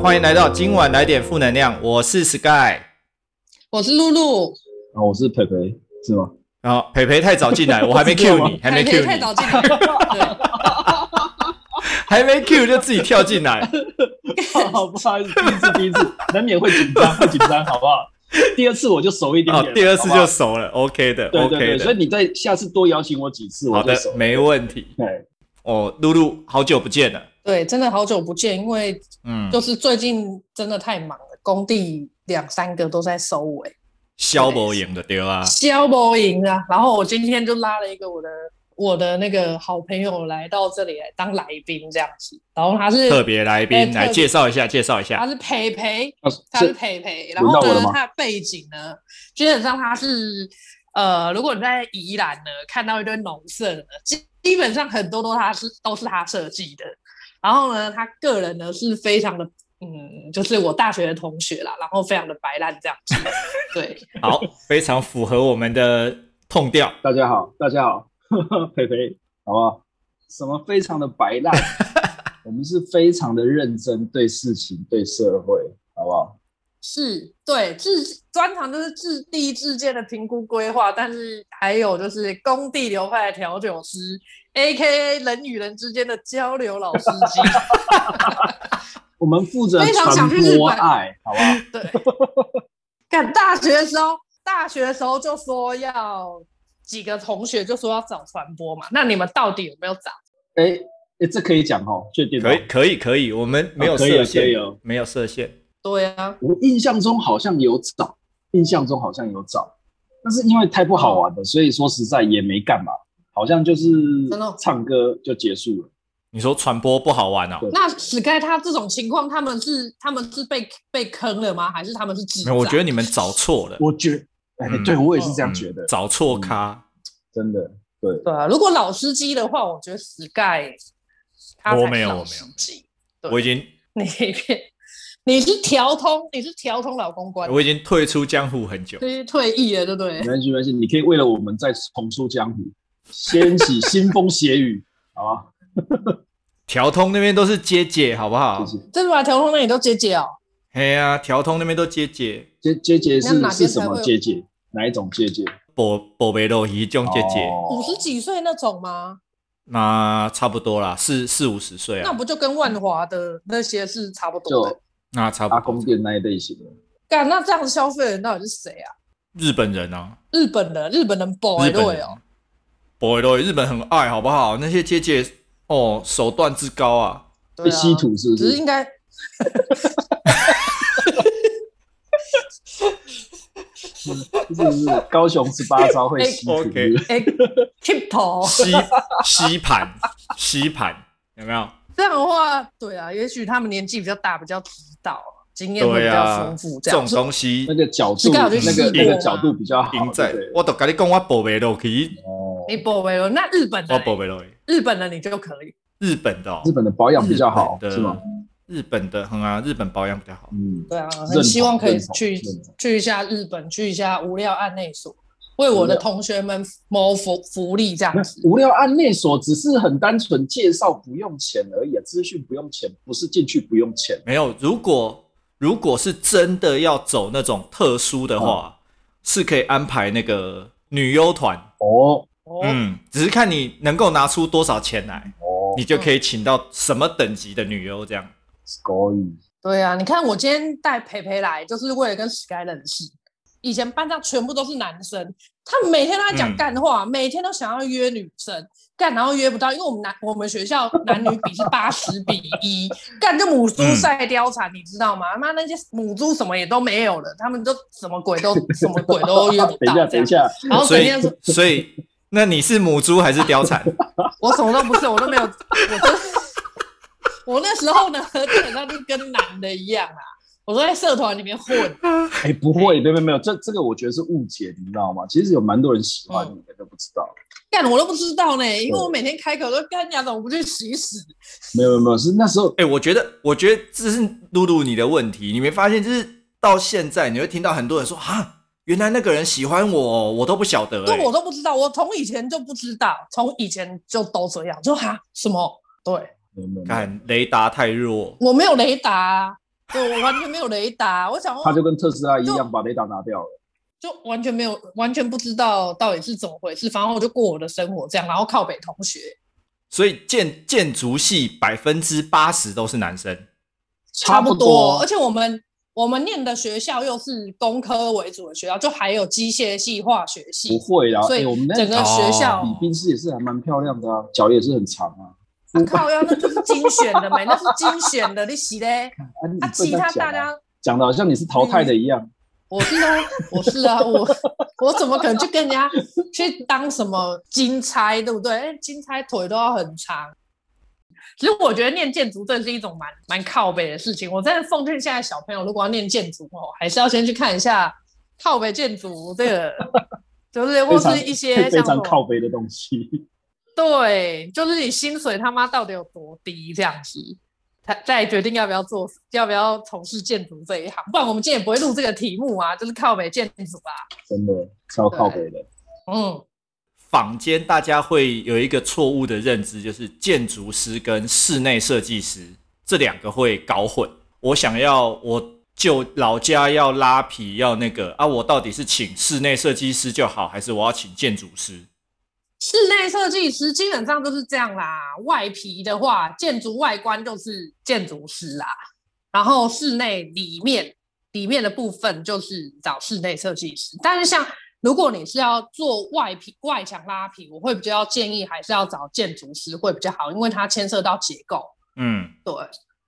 欢迎来到今晚来点负能量，我是 Sky。我是露露，啊，我是培培，是 吗？然后培培太早进来，我还没 Q 你，还没可以 Q 太你，早进来了，还没 Q 就自己跳进 来。哦哦好，不好意思，第一次第一次，难免会紧张，会紧张，好不好？第二次我就熟一点哦点，，第二次好不就好熟了，OK 的对对，OK 对，所的以，你再下次多邀请我几次，我好就的熟，。没问题。对，哦，露露，好久不见了。对 对，真的好久不见，因为嗯，就是最近真的太忙了，工地两三个都在收尾，消博赢的对啊，消不赢啊。然后我今天就拉了一个我的我的那个好朋友来到这里来当来宾这样子，然后他是特别来哎宾特来别介绍一下，介绍一下他。是培培，啊他是是培培，然轮到后我了呢，吗他的背景呢，基本上他是呃，如果你在宜兰呢看到一堆农舍呢，基基本上很多都他是都是他设计的。然后呢，他个人呢是非常的嗯，就是我大学的同学啦，然后非常的白烂这样子，对， 好，非常符合我们的痛调。大家好，大家好， 培培，好不好？什么非常的白烂，我们是非常的认真对事情、对社会，好不好？是对自专长就是自地自建的评估规划，但是还有就是工地流派的调酒师，A K A 人与人之间的交流老司机。我们负责非常想传去日播本爱，好不好？ 对，干大学的时候，大学的时候就说要几个同学就说要找传播嘛，那你们到底有没有找？哎哎，这可以讲哦，确定哦可以，可以，可以，我们没有哦可以设哦可以限哦，没有设限。对啊，我印象中好像有找，印象中好像有找，但是因为太不好玩了，所以说实在也没干嘛，好像就是真的哦唱歌就结束了。你说传播不好玩哦？对那史盖他这种情况，他们是他们是被被坑了吗？还是他们是智没有，我觉得得你们找错了，我觉，哎、嗯对我也哦是这样觉得，嗯找错咖。真的，对，对啊，如果老司机的话，我觉得史盖他我才没是有老我没司有机，对我已经，你你是调通，你是调通老公关，我已经退出江湖很久。就是退役了，对不对没？关系，没关系，你可以为了我们再重出江湖，掀起腥风血雨，好啊吧？调通那边都是姐姐，好不好？谢谢。真的吗？调通那里都姐姐哦，嘿呀，调通那边都姐姐，姐姐姐那哪是边是什么才会姐姐？哪一种姐姐？宝宝贝肉一种姐姐，哦五十几岁那种吗？那差不多啦，四四五十岁那啊，不就跟万华的那些是差不多的就？那差阿不公多。店那一类型的。干，那这样的消费人到底是谁啊？日本人啊，日本人，日本人 boy 日本对人哦，，宝贝肉日本很爱，好不好？那些姐姐哦，手段之高啊，对被啊哎稀，土是不只是是？应该。是不是高雄十八招会稀土？ OK 哎 k e 头吸吸盘吸盘，有没有？这样的话，对啊，也许他们年纪比较大，比较知道，经验会比对较啊丰，富，这这样种东西那个角是度，刚好那去个试那过个吗角度比较好。赢在对不，对我都跟你讲，我宝贝肉去，哦，你 boy 了，那日本我的嘞，宝贝肉，日本的你就可以。日本的哦日，本的保养比较好，日本的是吗？日本的很啊，日本保养比较好。嗯，对啊，很认希同望可以认同去认同去一下日本，去一下无料案内所，为我的无料同学们谋福福利这样那子。无料案内所只是很单纯介绍，不用钱而已啊，资讯不用钱，不是进去不用钱。没有，如果如果是真的要走那种特殊的嗯话，是可以安排那个女优团，哦哦，嗯，只是看你能够拿出多少钱来，哦，你就可以请到什么等级的女优这样。可以，对啊，你看我今天带培培来，就是为了跟 Sky 认识。以前班上全部都是男生，他们每天都在讲嗯干话，每天都想要约女生，干然后约不到，因为我们男我们学校男女比是八十比一，干就母嗯猪赛貂蝉，你知道吗？妈那些母猪什么也都没有了，他们都什么鬼 都什么鬼都约不等一到下，这等一样。下，然后所整以天说， 所以那你是母猪还是貂 蝉？我什么都不是，我都没有，我真的我那时候呢， 基本上就跟男的一样啊，我都在社团里面混。哎，不会，没有没有没有，这这个我觉得是误解，你知道吗？其实有蛮多人喜欢你的，都不知道。干我都不知道呢，因为我每天开口都干家怎么不去洗屎？没有没有没有，是那时候哎、我觉得，我觉得这是露露你的问题，你没发现？就是到现在，你会听到很多人说啊，原来那个人喜欢我，我都不晓得、这欸。我都不知道，我从以前就不知道，从以前就都这样，就哈什么？对没有没有没有看雷达太弱，我没有雷达啊、对我完全没有雷达，我想说他就跟特斯拉一就样，把雷达拿掉了。就完全没有，完全不知道到底是怎么回事。反正我就过我的生活这样，然后靠北同学，所以建建筑系百分之八十都是男生，差不不多而且我们我们念的学校又是工科为主的学校，就还有机械系、化学不系，会啦，所以哎我们那整个学校、哦礼宾室也是还蛮漂亮的啊，脚也是很长啊。啊靠腰，那就是精选的没，那是精选的，你洗嘞。啊，你啊，不其能他讲大啊家，讲的好像你是淘汰的一样。我是啊，我是啊，我我怎么可能去跟人家去当什么金钗，对不对？哎金钗腿都要很长。其实我觉得念建筑真的是一种蛮蛮靠北的事情。我真的奉劝现在小朋友，如果要念建筑哦，还是要先去看一下靠北建筑这个，就是或是一些像非什常么靠背的东西。对，就是你薪水他妈到底有多低这样子，才再决定要不要做，要不要从事建筑这一行。不然我们今天也不会录这个题目啊，就是靠北建筑啊。真的超靠北的。嗯，坊间大家会有一个错误的认知，就是建筑师跟室内设计师这两个会搞混。我想要我就老家要拉皮要那个啊，我到底是请室内设计师就好，还是我要请建筑师？室内设计师基本上就是这样啦。外皮的话，建筑外观就是建筑师啦，然后室内里面里面的部分就是找室内设计师。但是像如果你是要做外皮外墙拉皮，我会比较建议还是要找建筑师会比较好，因为它牵涉到结构。嗯，对，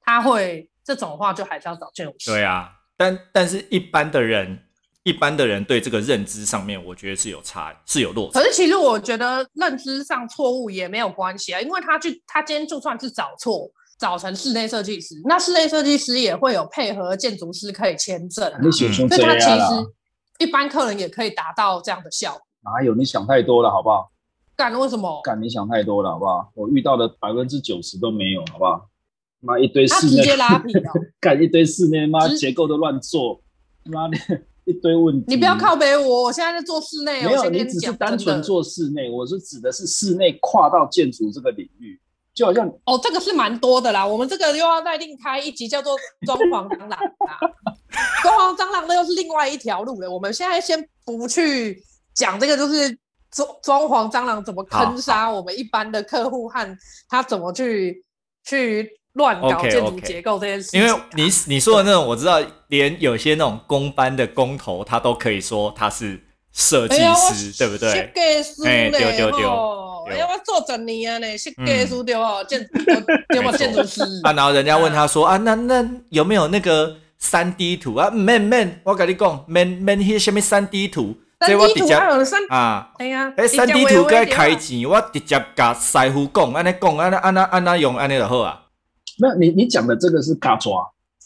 他会这种的话就还是要找建筑师。对啊，但但是一般的人，一般的人对这个认知上面，我觉得是有差，是有落差。可是其实我觉得认知上错误也没有关系啊，因为他去他今天就算是找错，找成室内设计师，那室内设计师也会有配合建筑师可以签证啊、你想所成这以他样啊其嗯啦实，一般客人也可以达到这样的效果。哪有你想太多了，好不好？干为什么？干你想太多了，好不好？我遇到的百分之九十都没有，好不好？妈一堆他室直接内，拉皮 哦！干一堆室内，妈直结构都乱做，妈的一堆问题。你不要。靠北我，我现在在做室内哦。没我有，先跟你你只是讲单真的纯做室内，我是指的是室内跨到建筑这个领域，就好像哦，这个是蛮多的啦。我们这个又要再另开一集，叫做“装潢蟑螂”啦。 装潢蟑螂那又是另外一条路了。我们现在先不去讲这个，就是装装潢蟑螂怎么坑杀我们一般的客户和他怎么去去乱搞 OK，OK 建筑结构这件事情因啊、为你你说的那种，我知道，连有些那种工班的工头，他都可以说他是设计哎呀师，对不对？？哎哎，对对对吼哎对呀，我做十年啊呢，设计师对哦，建 对嗯没吧？错建筑师啊，然后人家问他嗯说啊，那那有没有那个三 D 图啊？Man man，我跟你讲，man man 迄什么三 D 图，这三我 D 直图接还有三，啊，哎呀，迄三 D 你这图样该话开钱，我直接甲师傅讲，安尼讲，安尼安那安那用安尼就好啊。没有，你你讲的这个是嘎抓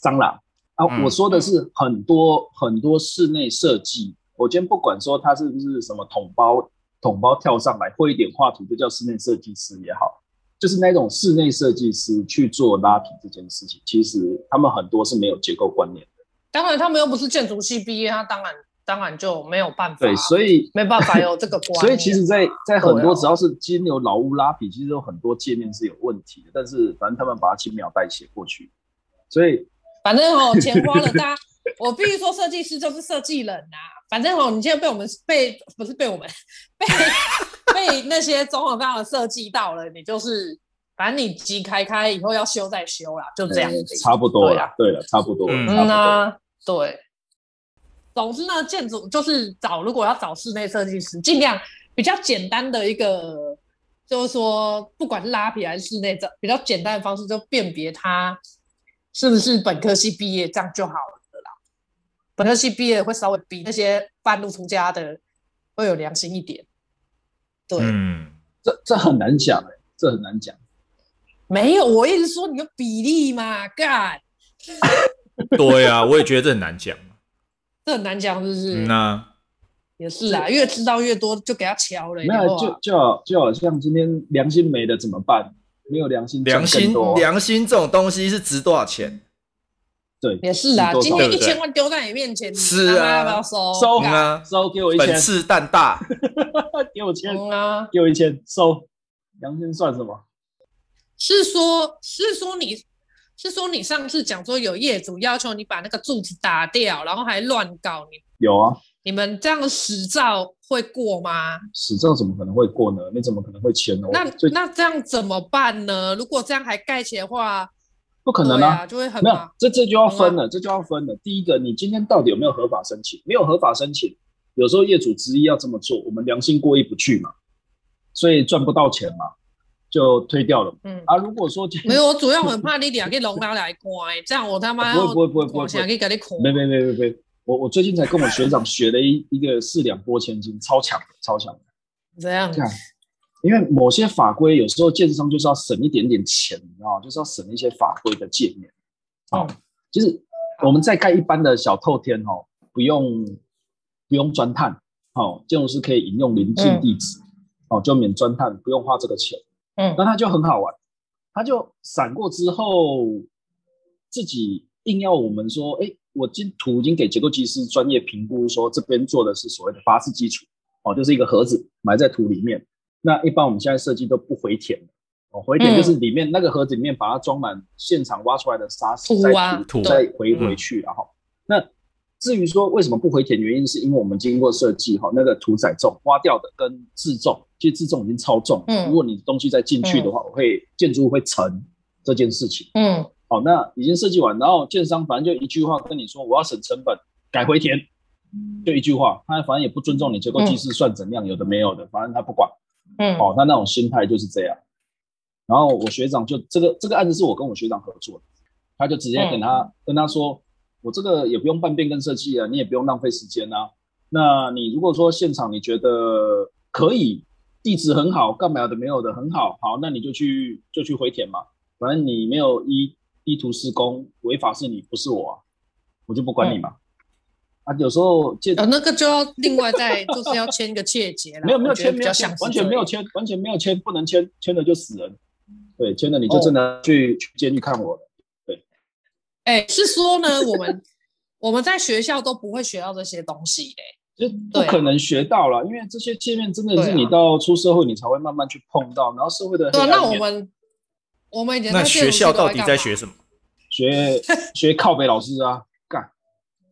蟑螂啊，嗯我说的是很多很多室内设计。我今天不管说它是不是什么桶包桶包跳上来会一点画图就叫室内设计师也好，就是那种室内设计师去做拉皮这件事情，其实他们很多是没有结构观念的。当然，他们又不是建筑系毕业，他当然当然就没有办法，对，所以没办法有这个观念。所以其实在，在很对啊多只要是金牛老屋拉皮，其实有很多界面是有问题的，但是反正他们把它轻描淡写过去，所以反正哦，钱花了，大家我必须说，设计师就是设计人呐、反正哦，你现在被我们被不是被我们 被被 那些中广大的设计到了，你就是反正你机开开以后要修再修啦，就这样呃子。差不多对了啊，对了，差不多了，嗯差不嗯多了。啊，对。总之呢，建筑就是找如果要找室内设计师，尽量比较简单的一个，就是说不管是拉皮还是室内，这比较简单的方式就辨别他是不是本科系毕业，这样就好了啦。本科系毕业会稍微比那些半路出家的会有良心一点。对，嗯，这这很难讲、欸，这很难讲。没有，我一直说你的比例嘛，干，对啊，我也觉得这很难讲。这很难讲，是不是？嗯呐，也是啦，越知道越多，就给他敲了。没有啊有，就就好就好像今天良心没了怎么办？没有良心，良赚更心多啊良心这种东西是值多少钱？对，也是啦你，多今少天对一不对千万丢在你面前，你是他妈啊要不要收？收嗯啊，收给我一千本，事蛋大。给我千，嗯啊，给我一千，收。良心算什么？是说，是说你是说你上次讲说有业主要求你把那个柱子打掉，然后还乱搞你，有啊，你们这样的实照会过吗？史政怎么可能会过呢？你怎么可能会签呢？我那哦最那这样怎么办呢？如果这样还盖起来的话，不可能对啊！啊，就会很没有麻，这这就要分了，这就要分了。第一个，你今天到底有没有合法申请？没有合法申请，有时候业主执意要这么做，我们良心过意不去嘛，所以赚不到钱嘛，就推掉了嘛。嗯。啊，如果说今天没有，我主要很怕你俩去龙猫来关，这样我他妈不会不会不会不会我想去给你哭。没没没没没，我我最近才跟我学长学了一一个四两拨千斤，超强的超强的。这样这样因为某些法规有时候建商就是要省一点点钱，你知道吗？就是要省一些法规的界面。哦嗯，其实我们在盖一般的小透天哦，不用不用钻探，哦，建筑师可以引用邻近地址，哦，就免钻探，不用花这个钱。嗯那他就很好玩，他就闪过之后，自己硬要我们说，哎，我今图已经给结构技师专业评估说，这边做的是所谓的八式基础，哦，就是一个盒子埋在土里面。那一般我们现在设计都不回填，哦，回嗯填就是里面、那个盒子里面把它装满现场挖出来的沙石，土再啊土再回嗯回去，然后、那。至于说为什么不回填，原因是因为我们经过设计哈，那个土载重挖掉的跟自重，其实自重已经超重了。嗯如果你东西再进去的话，我会建筑物会沉这件事情。嗯好，那已经设计完，然后建商反正就一句话跟你说，我要省成本，改回填，就一句话，他反正也不尊重你结构技师算怎样，有的没有的，反正他不管。嗯哦，他那种心态就是这样。然后我学长就这个这个案子是我跟我学长合作的，他就直接跟他、跟他说，我这个也不用办变更设计啊，你也不用浪费时间啊。那你如果说现场你觉得可以，地址很好，干嘛的没有的很好，好，那你就去就去回填嘛，反正你没有依地图施工，违法是你不是我啊，我就不管你嘛。啊，有时候建哦，那个就要另外再就是要签一个切结了，没有没有我觉得签，比没较有签像，是完全这没有样，签，完全没有签，不能签，签了就死人。对，签了你哦就真的去、去监狱看我了。哎，是说呢，我们我们在学校都不会学到这些东西的，就不对啊可能学到了，因为这些界面真的对是啊你到出社会你才会慢慢去碰到，然后社会的黑对啊，暗那我面们我们以前那在建学筑系校都到底在学干什么？ 学学靠北老师啊，干嘛？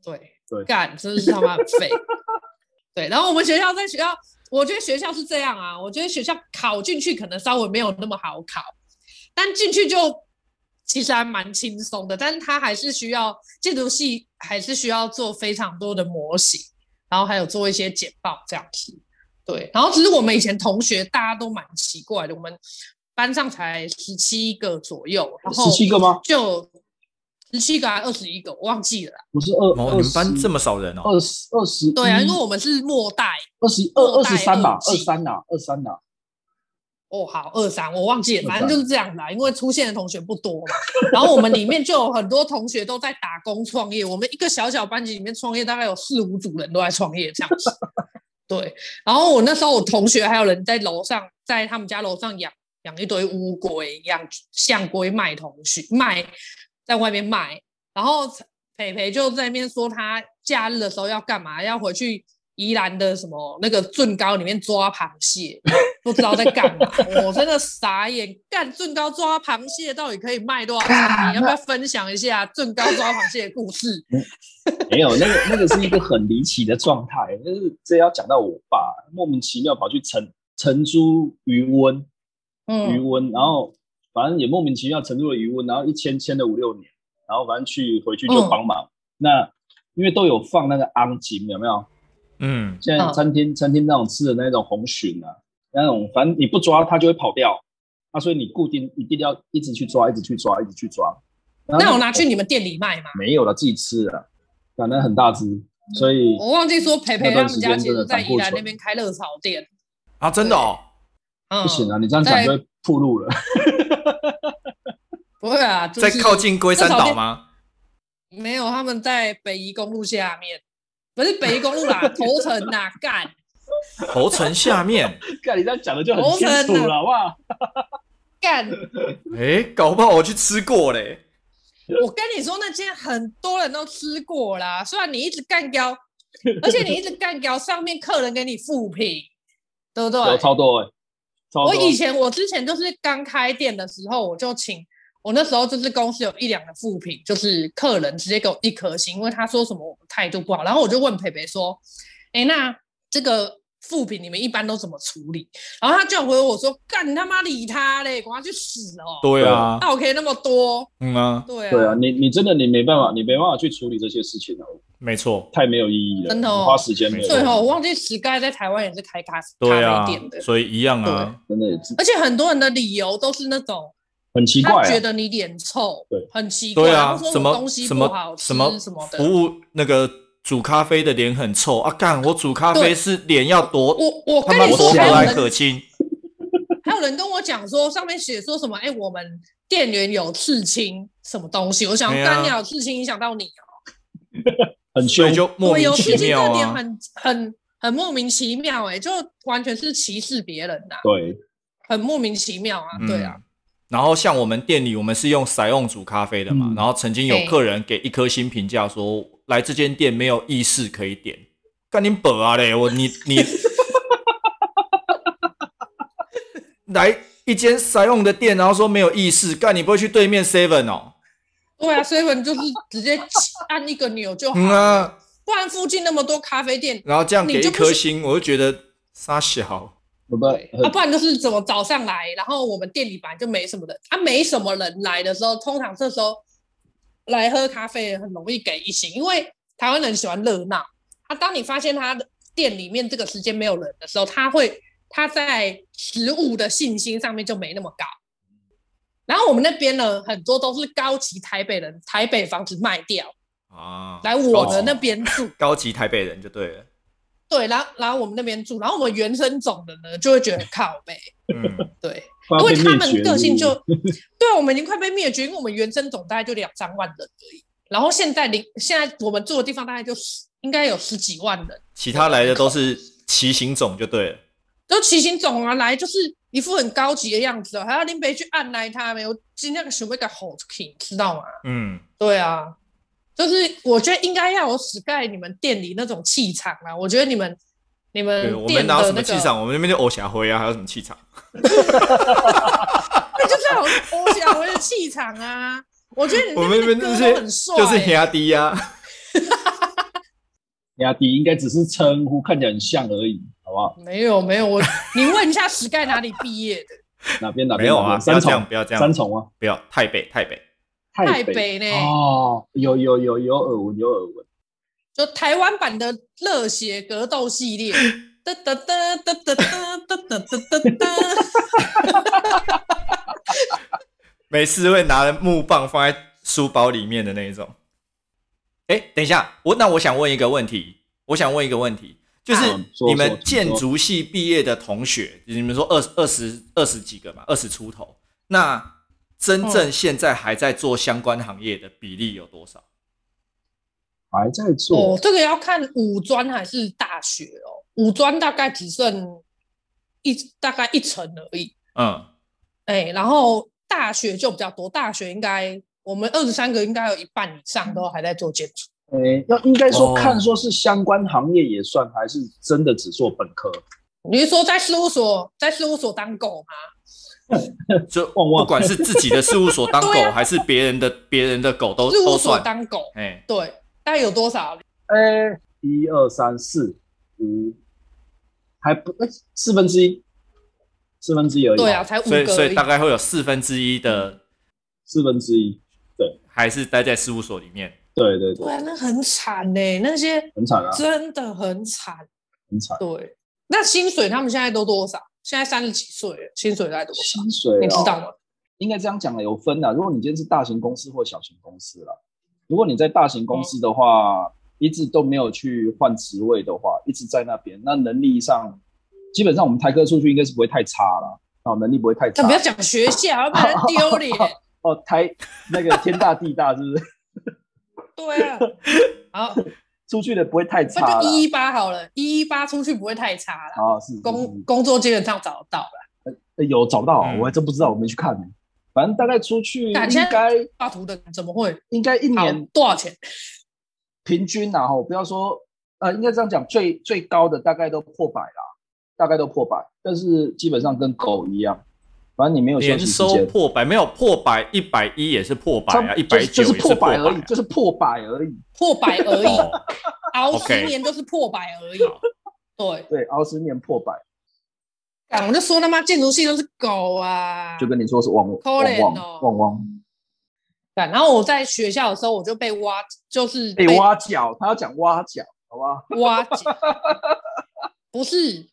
对对干真的是他妈很 废。对，然后我们学校在学校，我觉得学校是这样啊，我觉得学校考进去可能稍微没有那么好考，但进去就其实还蛮轻松的，但是它还是需要建筑系还是需要做非常多的模型，然后还有做一些简报这样子。对，然后只是我们以前同学大家都蛮奇怪的，我们班上才十七个左右，然后十七个吗？就十七个还二十一个，我忘记了啦。不是二哦，二你十们班这么少人哦？二十二十对啊，因为我们是末代二十二末二代十三吧，二二级三呐，二三呐，哦，好二三我忘记了，二反三正就是这样啦。因为出现的同学不多嘛，然后我们里面就有很多同学都在打工创业，我们一个小小班级里面创业大概有四五组人都在创业这样子。 对，然后我那时候我同学还有人在楼上，在他们家楼上养养一堆乌龟，养象龟卖同学卖，在外面卖。然后培培就在那边说他假日的时候要干嘛，要回去宜兰的什么那个圳高里面抓螃蟹，不知道在干嘛。我真的傻眼，干圳高抓螃蟹到底可以卖多少钱？干你要不要分享一下圳高抓螃蟹的故事？没有那个那个是一个很离奇的状态，就是这要讲到我爸莫名其妙跑去承承租余温，余嗯温，然后反正也莫名其妙承住了余温，然后一签签了五六年，然后反正去回去就嗯帮忙。那因为都有放那个昂金，有没有？嗯，现在餐厅、餐厅那种吃的那种红鲟啊，那种反正你不抓它就会跑掉，啊，所以你固定一定要一直去抓，一直去抓，一直去抓。然后那我拿去你们店里卖嘛？没有了，自己吃了，反正很大只，所以我忘记说培培他们家其那段时间真实的在胆宜固醇兰那边开热炒店，啊，真的哦，嗯，不行啊，你这样讲就会暴露了。 不会啊，就在是靠近龟山岛吗？没有，他们在北宜公路下面，不是北宜公路啦， 头城啦，干头城下 面，看你这样讲的就很红清尘楚啊了，哇！干。诶，搞不好我去吃过嘞。 我跟你说，那间很多人都吃过啦，虽然你一直干掉， 而且你一直干掉，上面客人给你复评，对不对？有超多哎、超我多。以前我之前就是刚开店的时候，我就请我那时候就是公司有一两个负评，就是客人直接给我一颗星，因为他说什么我们态度不好。然后我就问培培说：“哎，那这个负评你们一般都怎么处理？”然后他就回我说：“干你他妈理他嘞，管他去死哦！对啊，那我可以那么多，嗯啊，对啊，对啊，你你真的你没办法，你没办法去处理这些事情啊，没错，太没有意义了，真的哦你花时间没有对最用，后我忘记 Sky 在台湾也是开咖对咖啊啡店的，，所以一样啊，真的是而且很多人的理由都是那种很奇他怪、觉啊。得你脸臭，对，很奇怪，对然啊，后说什我么东西什不好么吃什么什么的，服务那个煮咖啡的脸很臭啊，干我煮咖啡对是脸要多我我他跟妈多你说，和还蔼有可人亲，还有人跟我讲说，上面写说什么？哎、我们店员有刺青，什么东西？我想对啊干鸟刺青影响到你哦、很所凶以，就莫我名有其刺青妙这点啊。很很很莫名其妙、哎，就完全是歧视别人呐、对，很莫名其妙啊，对啊嗯，。然后像我们店里，我们是用塞用煮咖啡的嘛，嗯然后曾经有对客人给一颗星评价说，来这间店没有意式可以点，干你本啊嘞，我你 你来一间塞用的店，然后说没有意式，干你不会去对面 seven 哦？对啊，所以我们就是直接按一个钮就哦好嗯了，啊，不然附近那么多咖啡店。然后这样给你一就不颗是星，我就觉得傻小。不不，对啊，很不然就是怎么早上来，然后我们店里本来就没什么人，啊，没什么人来的时候，通常这时候来喝咖啡的很容易给一星，因为台湾人喜欢热闹。啊，当你发现他的店里面这个时间没有人的时候，他会他在食物的信心上面就没那么高。然后我们那边呢，很多都是高级台北人，台北房子卖掉啊，来我高的级那边住，高级台北人就对了，对，然后然后我们那边住，然后我们原生种的呢就会觉得很靠北， 嗯，对。快因要为被他灭们绝个了性就是 不是，对我们已经快被灭绝，因为我们原生种大概就两三万人而已，然后现在零现在我们住的地方大概就十应该有十几万人，其他来的都是骑行种就对了。都骑行种啊来就是一副很高级的样子、哦，还要林北去按来他们，我今天个熊被给吼出去，知道吗？嗯，对啊，就是我觉得应该要有 Sky 你们店里那种气场啊，我觉得你们你们对，我店们哪的有什么那气个场？我们那边就偶侠灰啊，还有什么气场？那就是很我想我的气场啊。我觉得 你我们那边的这歌些都很帅、欸就是黑压低啊呀，亚迪应该只是称呼，看起来很像而已，好不好？没有没有， 我你问一下史盖哪里毕业的？哪边哪边没有哪啊，边不要三这样，重不要这样，三重啊，不要太北太北，太北北呢，哦，有有有有耳闻有耳闻，就台湾版的热血格斗系 列。哒哒哒哒哒哒哒哒哒哒哒，每次会拿木棒放在书包里面的那一种。哎，等一下，我那我想问一个问题，我想问一个问题，就是嗯说你说们请建说筑系毕业的同学，你们说二十二十二十几个嘛，二十出头，那真嗯正现在还在做相关行业的比例有多少？还在做哦，，这个要看五专还是大学哦。五专大概只剩一大概一层而已，嗯，哎，然后大学就比较多，大学应该我们二十三个应该有一半以上都还在做建筑。诶，要应该哦说看说是相关行业也算，还是真的只做本科？你是说在事务所在事务所当狗吗？就旺旺不管是自己的事务所当对狗，啊还是别人的别人的狗都事务都所算。当狗，哎，对，大概有多少？诶，一二三四五，还不诶四分之一，四分之一而已，对啊，，才五所个以所而以已大。概会有四分之一的四分之一，还是待在事务所里面。对对对对，啊，那很惨呢、那些很惨啊，真的很惨。很惨，对，那薪水他们现在都多少？现在三十几岁了，薪水大概多少？薪水你知哦道吗？应该这样讲了，有分啊啦。如果你今天是大型公司或小型公司啦，如果你在大型公司的话，一直都没有去换职位的话，一直在那边，那能力上基本上我们台科出去应该是不会太差啦。哦，能力不会太但差不。要讲学校，要不然丢脸。哦，台那个天大地大是不是？ 对啊，好，出去的不会太那差就啦。一一八好了，一一八出去不会太差了，啊，是是工是工作基本上找得到了。呃有找到嗯，我还真不知道，我没去看呢。反正大概出去应感觉该画图的怎么会应该一啊好年多少钱？平均然、啊、后不要说，呃，应该这样讲，最最高的大概都破百啦，大概都破百，但是基本上跟狗一样，反正你没有休年息时收间，破百，没有破百，一百一也是破百啊，一就百是九就是也破百百而啊已，就是破百而已。破百而 已，哦熬 OK 十年就是破百而已。好对，对，熬十年破百，干我就说他妈建筑系都是狗啊！就跟你说是旺可旺怜旺哦旺旺干然后我在学校的时候，我就被挖，就是被哎挖角，他要讲挖角，好吧？挖角， 不是，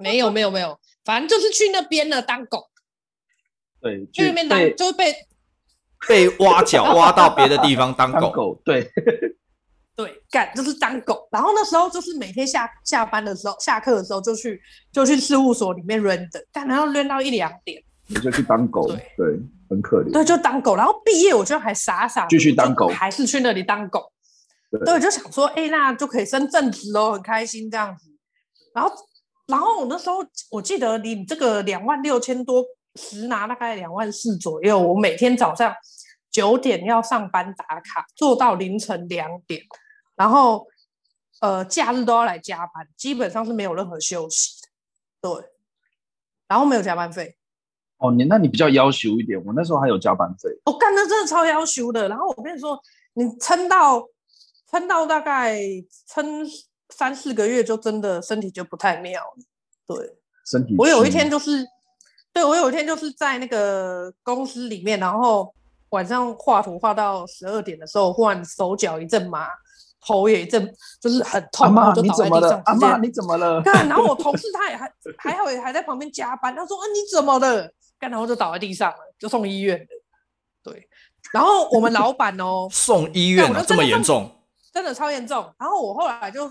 没有没有没有，反正就是去那边了当狗，对，去那边当被就是被被挖角挖到别的地方当当狗，，狗，对， 对，干就是当狗。然后那时候就是每天下下班的时候，下课的时候就去就去事务所里面 run 的，干然后 run 到一两点，你就去当狗，对对，很可怜。对，就当狗。然后毕业我就还傻傻地继续当狗就还是去那里当狗。对对，就想说，哎、那就可以升正职哦，很开心这样子。然后，然后我那时候我记得你这个两万六千多，实拿大概两万四左右。我每天早上九点要上班打卡，做到凌晨两点，然后呃假日都要来加班，基本上是没有任何休息的。对，然后没有加班费。哦，你那你比较要求一点，我那时候还有加班费，我哦干的真的超要求的。然后我跟你说，你撑到撑到大概撑三四个月，就真的身体就不太妙了。对身体我有一虚天就是，对我有一天就是在那个公司里面，然后晚上画图画到十二点的时候，忽然手脚一阵麻，头也一阵，就是很阿痛，然妈后就你倒怎在么地了上？阿直接妈你怎么 了？干，然后我同事他也还还好，也还在旁边加班。他说：“啊，你怎么了？”干，然后就倒在地上了，就送医院了。对，然后我们老板哦送医院对我啊，就这真的么严放重？真的超严重。然后我后来就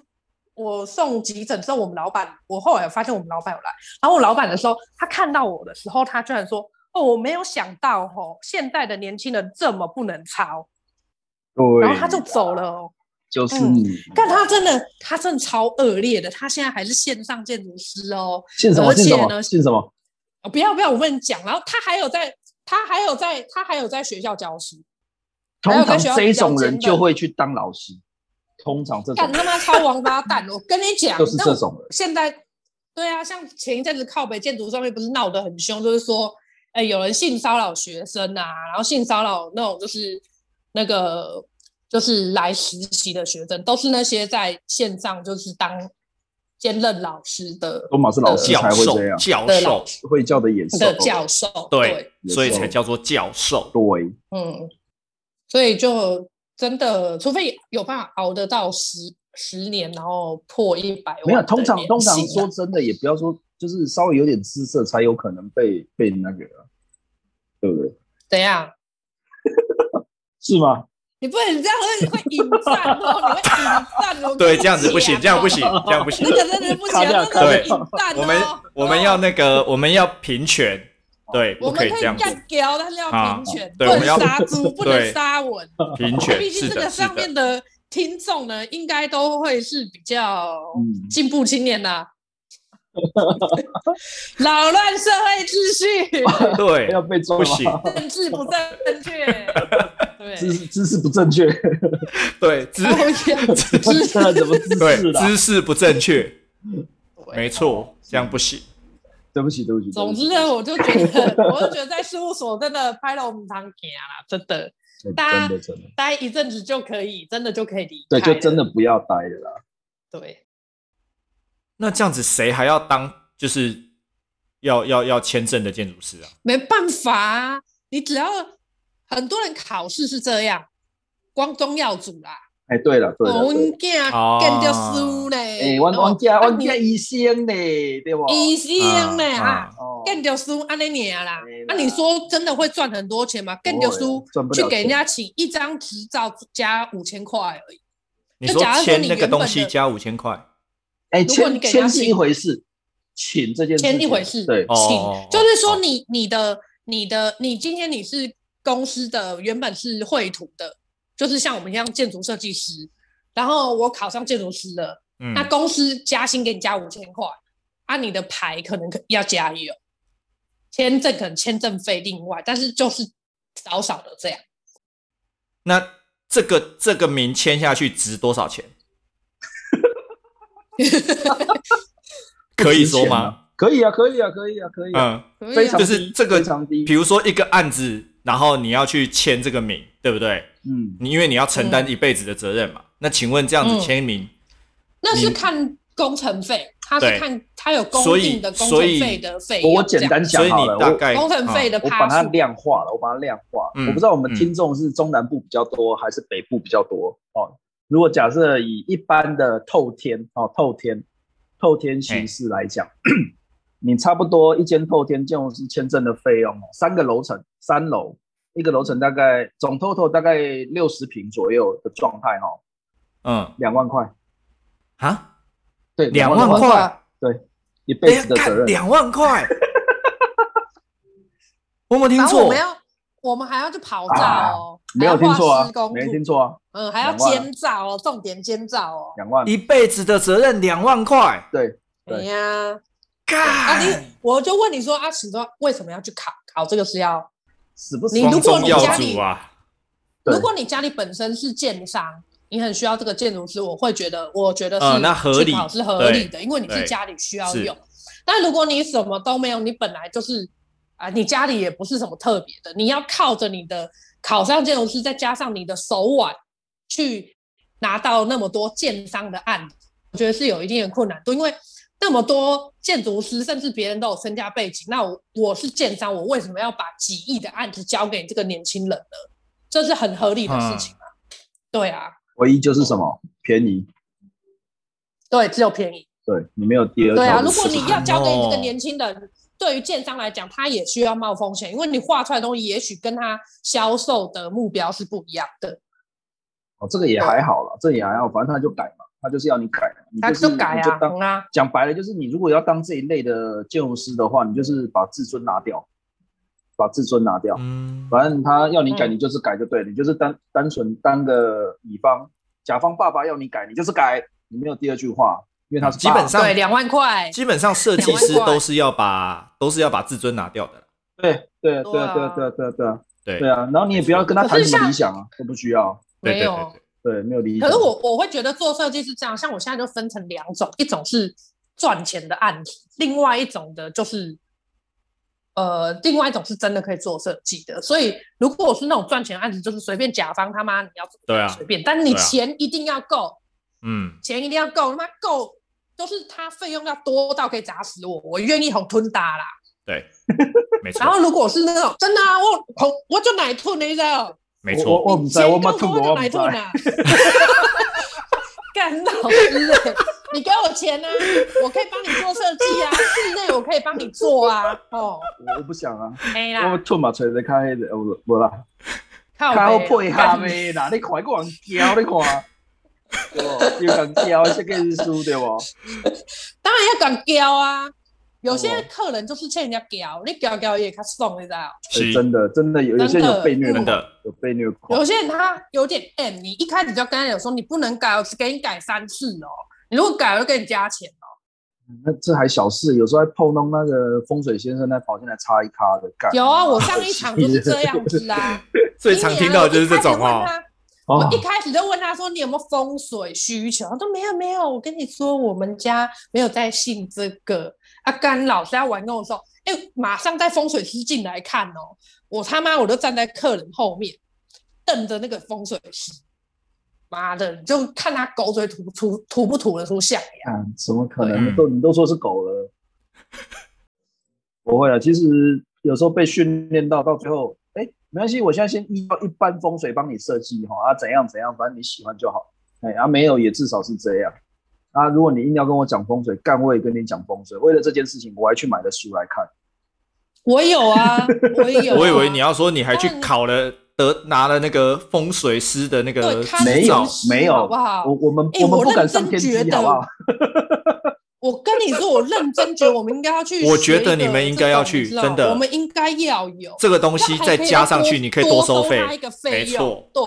我送急诊之后，我们老板，我后来有发现我们老板有来。然后我老板的时候，他看到我的时候，他居然说：“哦，我没有想到哦，现代的年轻人这么不能操。”对，然后他就走了哦。就是嗯你，但他真的，他真的超恶劣的。他现在还是线上建筑师哦。信什么而且信什么呢信什么？哦，不要不要，我跟你讲。然后他还有在，他还有在，他还有在学校教书，通还有在常学校这一比较种人尖就的会去当老师，通常这种干他妈超王八蛋！我跟你讲， 就是那这我种人。现在对啊，像前一阵子靠北建筑上面不是闹得很凶，就是说，哎、有人性骚扰学生啊，然后性骚扰那种就是那个就是来实习的学生，都是那些在线上就是当兼任老师的罗马是老师教呃才会授这样，，教对授啦，会教的野兽。的教授，对，没所以错才叫做教授。对，嗯，所以就真的，除非有办法熬得到十十年，然后破一百万的年没薪啊，有。通常通常说真的，也不要说，就是稍微有点姿色才有可能被被那个啊，对不对？怎样？是吗？你不能这样，你会引战哦，你会引战哦。对，这样子不行，这样不行，这样不你 行。可真的不行，卡掉真的会引战哦。哦我们我们要那个，我们要平权，对，我不可们以可以这样子。啊干掉，但是要平权，不对我们能要杀猪，不能对杀蚊。平权毕是竟这个的，是上的，面的听众呢，应该都会是比较嗯进步青年呐、扰乱社会秩序，对，要被抓不吗？行，政治不正确，对，姿姿势不正确，对，姿哦然后要 知这人怎么姿势对啦？姿势不正确，没对。错，这样不行。对不起，对不起。总之对不呢，起我就觉得，我就觉得在事务所真的拍了我们堂行啊啦，真的对大家真的真的，待一阵子就可以，真的就可以离开对，了，就真的不要待了啦。对。那这样子谁还要当就是要要要签证的建筑师啊？没办法啊，你只要很多人考试是这样，光宗耀祖啦，哎，对了，对了，我对了们囝哦干掉输嘞，哎，阮阮家阮家啊医生呢，对不？你医生嘞啊啊，哦干掉输安尼尔啦对啦，那你说真的会赚很多钱吗？干掉输赚不了去钱给人家请一张执照加五千块而已，你说假如说签你那个原东本西的加五千块，哎，如果签你给签他是一请回事，请这件事钱一情回事，对，哦请就是哦说你你的你的你今天你是公司的原本是绘图的，就是像我们一样建筑设计师，然后我考上建筑师了，嗯那公司加薪给你加五千块，啊，你的牌可能可要加油，签证可能签证费另外，但是就是少少的这样，那这个这个名签下去值多少 钱？可以说吗？可以啊，可以啊，可以啊，可以啊，嗯，可以啊非常就是低这个非常低比，如说一个案子，然后你要去签这个名，对不对？嗯，你因为你要承担一辈子的责任嘛。那请问这样子嗯签名，那你是看工程费，它对是看它有公所以定的工所以程费的费用。我我简单所讲以好你了，大我概工程费嗯的我把趴它数，量化了，我把它量化。嗯我不知道我们嗯听众是中南部比较多，还是北部比较多哦。如果假设以一般的透天哦，透天透天形式来讲， 你差不多一间透天建筑师签证的费用，哦三个楼层，三楼一个楼层大概总 total 大概六十平左右的状态哦，嗯两万块，啊，对，两万万块块，一辈哎子的责任。两万块， 我有没有听然后我错们？要我们还要去跑照哦，没有还听要错画啊施工，没图听错啊，嗯，还要两万啊监造哦，重点监造哦。两万，一辈子的责任两万块，对，对哎呀，啊干你，我就问你说啊，许多为什么要去考？考这个是要，死不死你亡如果中光宗耀家里祖啊，对如果你家里本身是建商，你很需要这个建筑师，我会觉得，我觉得是、嗯那合理去考是合理的，因为你对是家里需要是用。但如果你什么都没有，你本来就是啊，你家里也不是什么特别的，你要靠着你的考上建筑师，再加上你的手腕去拿到那么多建商的案子，我觉得是有一定的困难度，因为那么多建筑师，甚至别人都有身家背景，那我我是建商，我为什么要把几亿的案子交给这个年轻人呢？这是很合理的事情啊。对啊，唯一就是什么便宜，对，只有便宜。对你没有第二条对路。啊，如果你要交给你这个哦年轻人，对于建商来讲，他也需要冒风险，因为你画出来的东西也许跟他销售的目标是不一样的。哦，这个也还好了，这也还好，反正他就改嘛，他就是要你改，你他是就改你就啊，当嗯啊，讲白了就是，你如果要当这一类的建筑师的话，你就是把自尊拿掉，把自尊拿掉，嗯，反正他要你改，嗯你就是改就对了，你就是单单纯当个乙方，甲方爸爸要你改，你就是改，你没有第二句话，因为他是基爸本上对，两万块，基本上设计师都是要把都是要把自尊拿掉的，对对对对啊对对对对对对啊，然后你也不要跟他谈什么理想啊，都不需要，对没对有。对对，对，没有理想。可是我我会觉得做设计是这样，像我现在就分成两种，一种是赚钱的案子，另外一种的就是，呃，另外一种是真的可以做设计的。所以如果我是那种赚钱的案子，就是随便甲方他妈你要怎么对啊随便，但是你对啊钱一定要够，嗯，钱一定要够，他妈够，就是他费用要多到可以砸死我，我愿意红吞打啦。对，没然错，后如果是那种真的啊，我红我就奶吞了一下。没我错，我不你知道钱我够没吐多过，就我不买知吐道。 啦。干老师、欸，你给我钱啊，我可以帮你做设计 啊，室内我可以帮你做啊，哦，我我不 想啊，没我啦，出嘛吹得开的，我无啦，靠靠背配啊合干的啦，你看还个人教你看，对不？有人教设计师对不？当然要敢教啊。有哦些客人就是欠人家教，你教教也他送，你知道？是哎真的真的有有些人有被虐真狂，的，有被虐狂有，些人他有点 M，你一开始就跟他讲说你不能改，我只给你改三次哦。你如果改，我就给你加钱啊哦。那这还小事，有时候还碰到那个风水先生，还跑进来插一咖的干。有啊，我上一场就是这样子啊。 最常听到的就是这种哦， 哦我一开始就问他说：“你有没有风水需求？”他说：“没有，啊没有。”我跟你说，我们家没有在信这个。啊，干老师在玩跟我说：“哎、马上带风水师进来看哦！”我他妈我都站在客人后面，瞪着那个风水师，妈的，你就看他狗嘴吐吐吐不吐得出象牙。看，怎么可能？嗯你都你都说是狗 了，不会啊。其实有时候被训练到到最后，哎，没关系，我现在先依照一般风水帮你设计哈啊，怎样怎样，反正你喜欢就好。哎，啊没有也至少是这样。啊，如果你硬要跟我讲风水，干我也跟你讲风水。为了这件事情，我还去买了书来看。我 有啊，我也有、啊。我以为你要说你还去当然考了得拿了那个风水师的那个对他执没有照老，师没有好不好我？我们哎们我不敢认上真天觉梯，得好不好？我跟你说，我认真觉得我们应该要去学一个这我种。觉得你们应该要去你知道真的我们应该要有这个东西再加上去，你可以多收收费他一，个费没错用，对，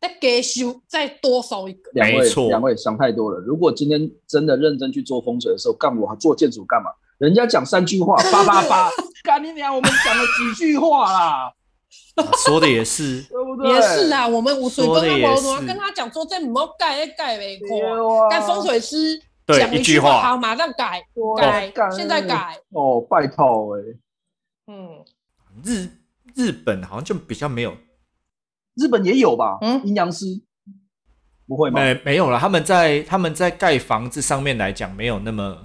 再给修，再多收一个。两没位错两位想太多了。如果今天真的认真去做风水的时候，干我还做建筑干嘛？人家讲三 句话，叭叭叭，干你娘！我们讲了几句话 啦，说的也是，对不对？也是，啊，我们五水说跟得他也我是跟他讲说，这不要盖，盖没对过，哎啊，但风水师对讲一句句话好，马上改我改干，现在改，哦，拜托哎、嗯，日日本好像就比较没有，日本也有吧？嗯阴阳师不会吗？没没有了。他们在他们在盖房子上面来讲，没有那么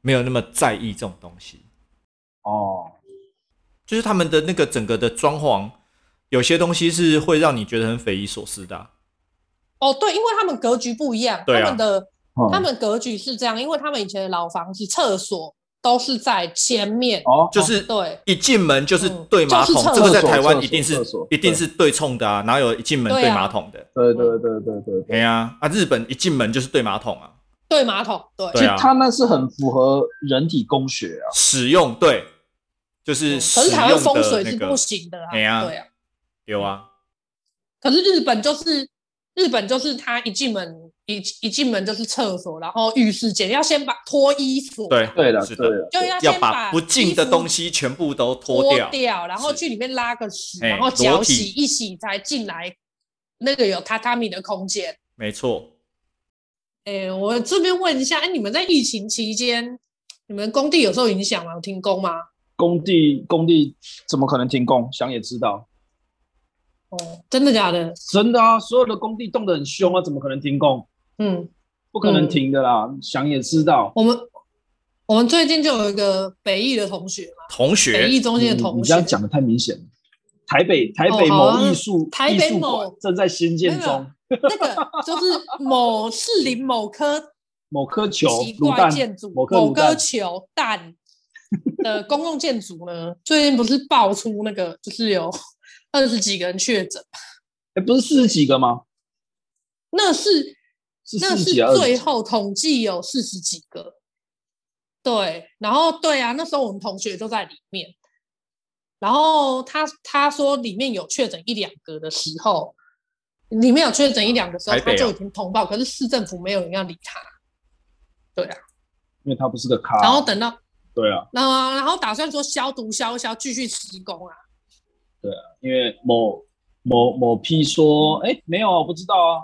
没有那么在意这种东西，哦，就是他们的那个整个的装潢，有些东西是会让你觉得很匪夷所思的啊、哦对，因为他们格局不一样，对啊他们的嗯他们格局是这样，因为他们以前的老房子厕所都是在前面，哦，就是对一进门就是嗯对马桶，就是厕这个在所台湾厕所一定是厕所一定是对冲的啊，哪有一进门对啊对马桶的？对对对对对对，哎呀、啊，日本一进门就是对马桶啊，对马桶，对对啊其实他那是很符合人体工学啊。使用对，就是嗯使可是台用湾风的水那是个不行的啊，哎呀对啊，有啊，可是日本就是日本就是他一进门一一进门就是厕所，然后浴室间要先把脱衣服，对对了是对的，了，就要要先把不衣净服的东西全部都脱脱掉，然后是去里面拉个屎，哎然后脚裸体洗一洗才进来那个有榻榻米的空间。没错。哎，我这边问一下，哎，你们在疫情期间，你们工地有受影响吗？有停工吗？工地工地怎么可能停工？想也知道，哦，真的假的？真的啊，所有的工地动得很凶啊，怎么可能停工？嗯，不可能停的啦，想也知道。我们我们最近就有一个北艺的同学嘛，同北学艺中你心的嗯你同这学，样讲的太明显了。台北台北哦好某啊艺术台艺北术某馆正在新建中， 那个就是某士林某科某颗球奇卤怪蛋建筑，某某颗卤蛋球蛋的公共建筑呢， 最近不是爆出那个就是有 二十几个人确诊，哎，不是四十几个吗？那是是那四十是几还是二十最几？后统计有四十几个，对，然后对啊，那时候我们同学就在里面，然后他他说里面有确诊一两个的时候，里面有确诊一两个时候，台北他啊就已经通报，可是市政府没有人要理他，因为它不是个咖。然后等到对啊，然后然后打算说消毒消一消，继续施工啊。因为某某某批说，哎，没有啊，我不知道啊，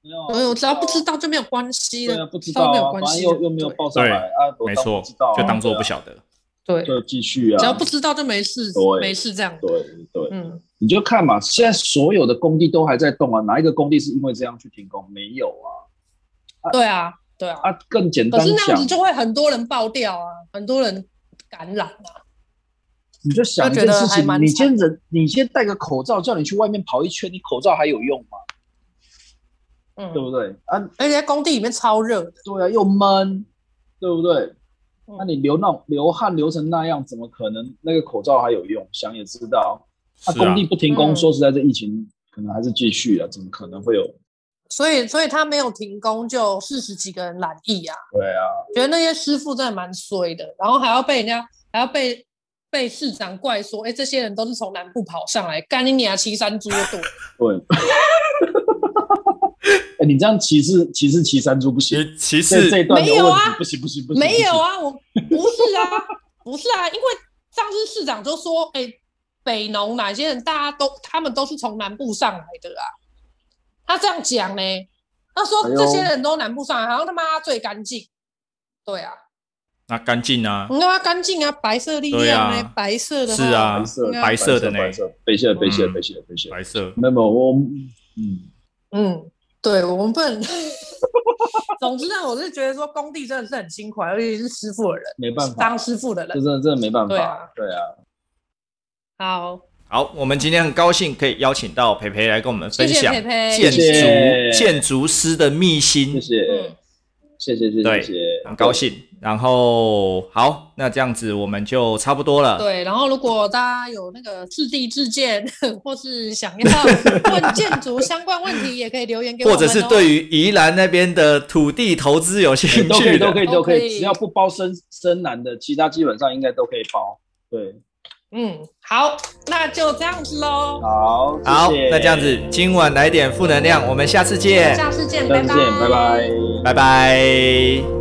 没有啊，嗯我我只要不啊知道就没有关系对啊，了，不知都道没有啊，关反正系又的又没有对报上来啊，我没当然错不知道啊，，就当做对啊不晓得。对，就继续啊，只要不知道就没事对，没事这样。对对，嗯，你就看嘛，现在所有的工地都还在动啊，哪一个工地是因为这样去停工？没有啊，对啊，对啊。啊，更简可单是那样讲子，就会很多人爆掉啊，很多人感染啊。你就想一就件觉得事情还，蛮你今天人，你先戴个口罩，叫你去外面跑一圈，你口罩还有用吗？嗯对，不对？啊，而且在工地里面超热的。对啊，又闷，对不对？嗯那、你流那流汗流成那样，怎么可能那个口罩还有用？想也知道，那、是工啊地，不停工，嗯说实在，这疫情可能还是继续啊，怎么可能会有？所以，所以他没有停工，就四十几个人染疫啊。对啊，觉得那些师傅真的蛮衰的，然后还要被人家还要被被市长怪说，哎、这些人都是从南部跑上来，干你娘骑山猪的队。对。 哎、你这样歧视歧视岐山猪不行，其其这这实一段没有问啊题，不行不行不行，没有啊，啊，我不是啊， 不是啊，因为上次市长就说，哎、北农哪些人，大家都他们都是从南部上来的啊，他这样讲呢，他说哎呦这些人都南部上来，好像他妈最干净，对啊，那干净啊，你看他干净啊，白色力对量呢，啊白色的是话啊白色应该白色的呢白色背线背线嗯背线背线，白色那么我嗯，嗯，对，我们不能。 总之呢，我是觉得说工地真的是很辛苦啊，尤其是师傅的人，没办法，当师傅的这人。真的真的没办对啊法，对啊，好，好，我们今天很高兴可以邀请到培培来跟我们分谢谢享佩佩，建筑哎谢谢建筑师的秘谢辛，谢嗯，谢谢谢对谢谢谢，很高兴。然后好，那这样子我们就差不多了。对，然后如果大家有那个自地自建，或是想要问建筑相关问题，也可以留言给我或们、哦。者是对于宜兰那边的土地投资有兴都可趣以哎都的可，以都都可可以，以只要不包深深蓝的，其他基本上应该都可以包。对，嗯，好，那就这样子喽，好，好谢谢，那这样子，今晚来点负能量，我们下次见，下次见，下次见，拜拜。拜拜。